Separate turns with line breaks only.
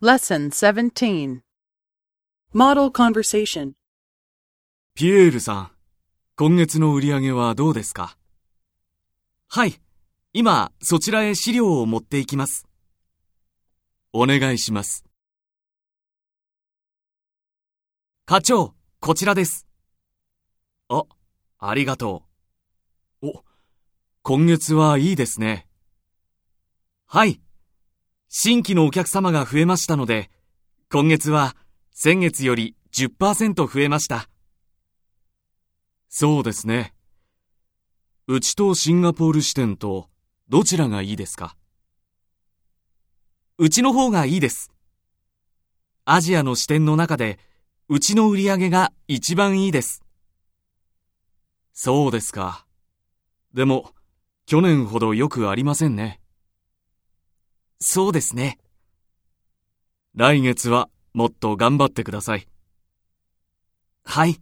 Lesson 17 Model Conversation
ピエールさん、今月の売り上げはどうですかはい、今そちらへ資料を持っていきます。お願いします。課長、こちらです。あ、ありがとう。お、今月はいいですね。はい、新規のお客様が増えましたので、今月は先月より10%増えました。そうですね。うちとシンガポール支店とどちらがいいですかうちの方がいいです。アジアの支店の中でうちの売り上げが一番いいです。そうですか。でも、去年ほどよくありませんね。そうですね。来月はもっと頑張ってください。はい。